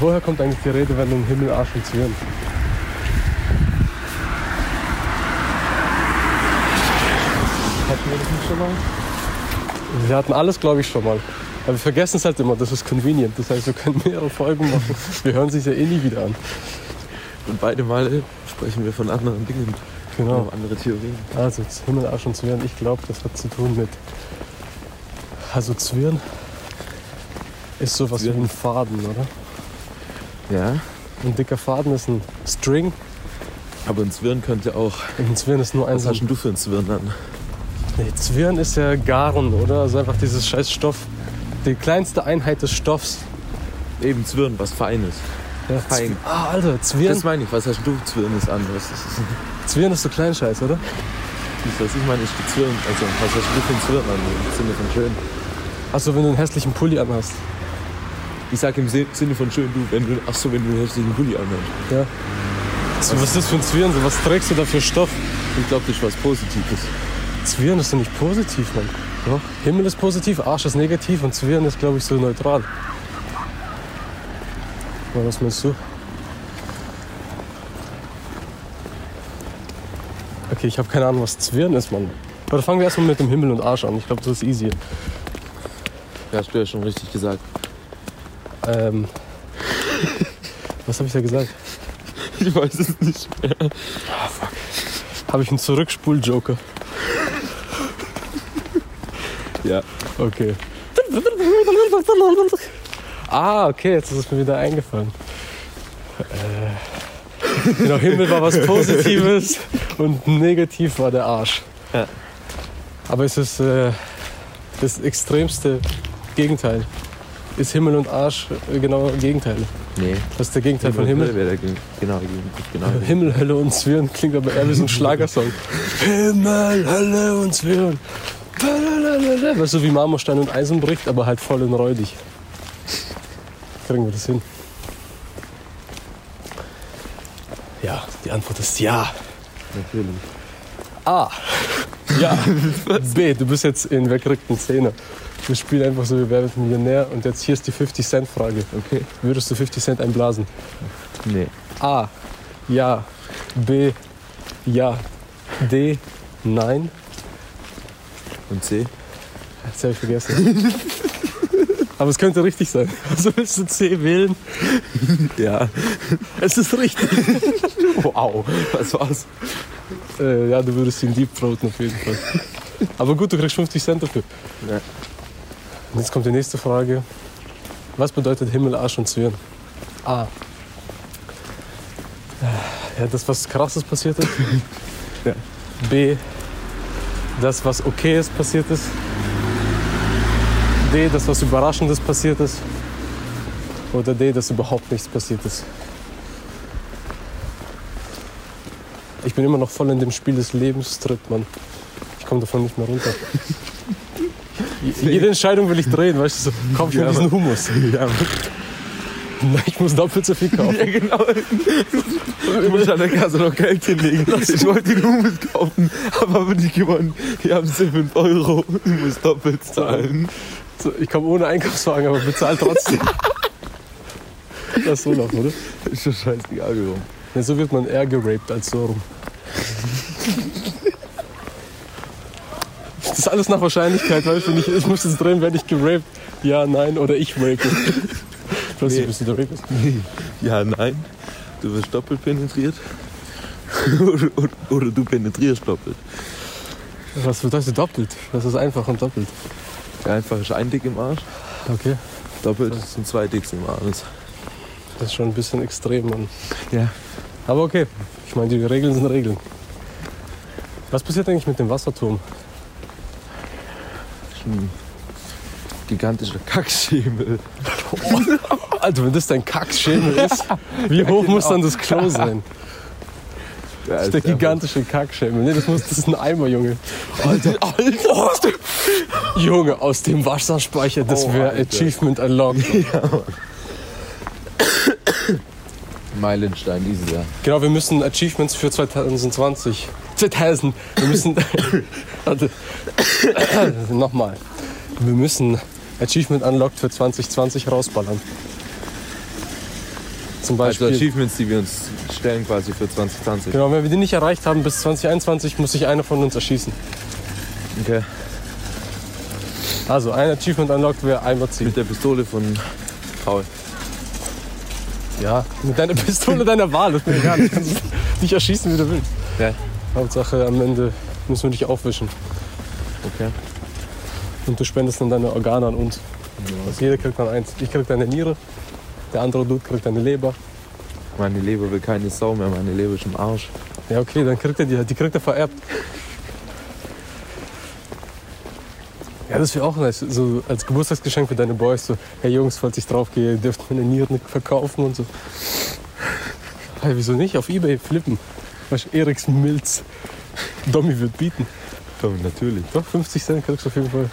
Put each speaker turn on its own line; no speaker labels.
Woher kommt eigentlich die Redewendung Himmel, Arsch und Zwirn?
Hatten wir das nicht schon mal?
Wir hatten alles, glaube ich, schon mal. Aber wir vergessen es halt immer, das ist convenient. Das heißt, wir können mehrere Folgen machen. Wir hören sich ja eh nie wieder an.
Und beide Male sprechen wir von anderen Dingen.
Genau.
Haben Andere Theorien.
Also Himmel, Arsch und Zwirn, ich glaube, das hat zu tun mit. Also Zwirn ist sowas
Zwirn.
wie ein Faden, oder?
Ja.
Ein dicker Faden ist ein String
Aber ein Zwirn könnte auch.
und ein Zwirn ist nur ein
Was hast
Sachen.
denn du für Also ein Zwirn an?
Nee, Zwirn ist ja Garen, oder? Also einfach dieses scheiß Stoff. Die kleinste Einheit des Stoffs.
Eben Zwirn, was Feines.
Ja,
Fein.
Zw- ah, Alter, Zwirn,
Das meine ich. Was hast du Zwirnes an? Was ist das?
Zwirn ist so Kleinscheiß, oder?
Das, was ich meine, ist die Zwirn. Also, was hast du für ein Zwirn an? Im Sinne von schön.
Achso, wenn du einen hässlichen Pulli anhast.
Ich sag im Se- Sinne von schön, du, wenn du, ach so, wenn du einen hässlichen Pulli anhörst.
Ja. So, was ist das für ein Zwirn? So, was trägst du da für Stoff?
Ich glaube, das ist was Positives.
Zwirn ist doch nicht positiv, Mann.
Doch.
Himmel ist positiv, Arsch ist negativ und Zwirn ist, glaube ich, so neutral. Oder was meinst du? Okay, ich habe keine Ahnung, was Zwirn ist, Mann. Aber fangen wir erstmal mit dem Himmel und Arsch an. Ich glaube, das ist easy.
Ja, hast du ja schon richtig gesagt.
Ähm, was habe ich da gesagt?
Ich weiß es nicht.
Habe ich einen Zurückspul-Joker?
Ja.
Okay. Ah, okay, jetzt ist es mir wieder eingefallen. Äh, genau, Himmel war was Positives und negativ war der Arsch.
Ja.
Aber es ist äh, das extremste Gegenteil. Ist Himmel und Arsch äh, genau Gegenteile.
Nee.
Das ist der Gegenteil von Himmel.
Wäre der Ge- genau, Gegend- genau.
Himmel, Hölle und Zwirn klingt aber eher wie so ein Schlagersong. Himmel, Hölle und Zwirn. Lalalala. Weißt du, wie Marmorstein und Eisen bricht, aber halt voll in räudig. Kriegen wir das hin? Ja, die Antwort ist ja.
Natürlich.
A. Ja. B. Du bist jetzt in weggerückten Zähne. Wir spielen einfach so, wir werden Millionär. Und jetzt hier ist die 50-Cent-Frage.
Okay.
Würdest du 50 Cent einblasen?
Nee.
A. Ja. B. Ja. D. Nein.
Und C?
Jetzt habe ich vergessen. Aber es könnte richtig sein. Also willst du C wählen?
Ja.
Es ist richtig.
Wow. Was war's?
Äh, ja, du würdest ihn deep throaten auf jeden Fall. Aber gut, du kriegst 50 Cent dafür.
Ja.
Und jetzt kommt die nächste Frage. Was bedeutet Himmel, Arsch und Zwirn? A. Ja, das, was krasses passiert ist.
Ja.
B. Das, was okay ist, passiert ist. D. Das, was überraschendes passiert ist. Oder D. Das überhaupt nichts passiert ist. Ich bin immer noch voll in dem Spiel des Lebens drin, Mann. Ich komme davon nicht mehr runter. Jede Entscheidung will ich drehen, weißt du, so, kauf ich mir
Ja,
diesen Humus.
Ja,
Na, Ich muss doppelt so viel kaufen.
genau. Du musst an der Kasse noch Geld hinlegen. Ich wollte die Humus kaufen, aber habe nicht gewonnen. Wir haben sie 5 Euro. Du musst doppelt zahlen.
So, Ich komme ohne Einkaufswagen, aber bezahl trotzdem. Das ist so noch, oder?
Ist schon scheißegal geworden.
Ja, so wird man eher geraped als so rum. Das ist alles nach Wahrscheinlichkeit, weil wenn ich, ich muss jetzt drehen, werde ich geraped. Ja, nein, oder ich rape. Plötzlich
Nee.
bist du der Rapist.
Ja, nein. Du wirst doppelt penetriert. oder, oder, oder du penetrierst doppelt.
Was bedeutet doppelt? Das ist einfach und doppelt.
Ja, einfach ist ein Dick im Arsch.
Okay.
Doppelt sind zwei Dicks im Arsch.
Das ist schon ein bisschen extrem, Mann.
Ja.
Aber okay. Ich meine, die Regeln sind Regeln. Was passiert eigentlich mit dem Wasserturm?
Ist ein gigantischer Kackschemel.
Alter, Also, wenn das dein Kackschemel ist, wie hoch
genau.
muss dann das Klo sein?
Ja, also
Das ist der gigantische Kackschemel. Nee, das, muss, das ist ein Eimer, Junge. Alter, Alter. aus dem, Junge, aus dem Wasserspeicher, das
Oh,
wäre
Alter.
Achievement unlocked.
Meilenstein dieses Jahr.
Genau, wir müssen Achievements für 2020. 2000. Wir müssen. Warte. Nochmal. Wir müssen Achievement Unlocked für 2020 rausballern. Zum
Also
Beispiel.
Achievements, die wir uns stellen quasi für 2020.
Genau, wenn wir die nicht erreicht haben bis 2021, muss sich einer von uns erschießen.
Okay.
Also ein Achievement unlocked wäre einmal ziehen.
Mit der Pistole von Paul.
Ja, mit deiner Pistole deiner Wahl. Das ist mir egal. Du kannst dich erschießen, wie du willst.
Ja.
Hauptsache am Ende müssen wir dich aufwischen.
Okay.
Und du spendest dann deine Organe an uns. Also jeder kriegt dann eins. Ich krieg deine Niere, der andere Dude kriegt deine Leber.
Meine Leber will keine Sau mehr, meine Leber ist im Arsch.
Ja, okay, dann kriegt er die, die kriegt er vererbt. Ja, das wäre auch nice, so als Geburtstagsgeschenk für deine Boys, so, hey Jungs, falls ich draufgehe, dürft ihr meine Nieren verkaufen und so. Hey, wieso nicht? Auf Ebay flippen. Weißt du, Eriks Milz. Domi wird bieten.
Komm, natürlich.
Doch, 50 Cent kriegst du auf jeden Fall.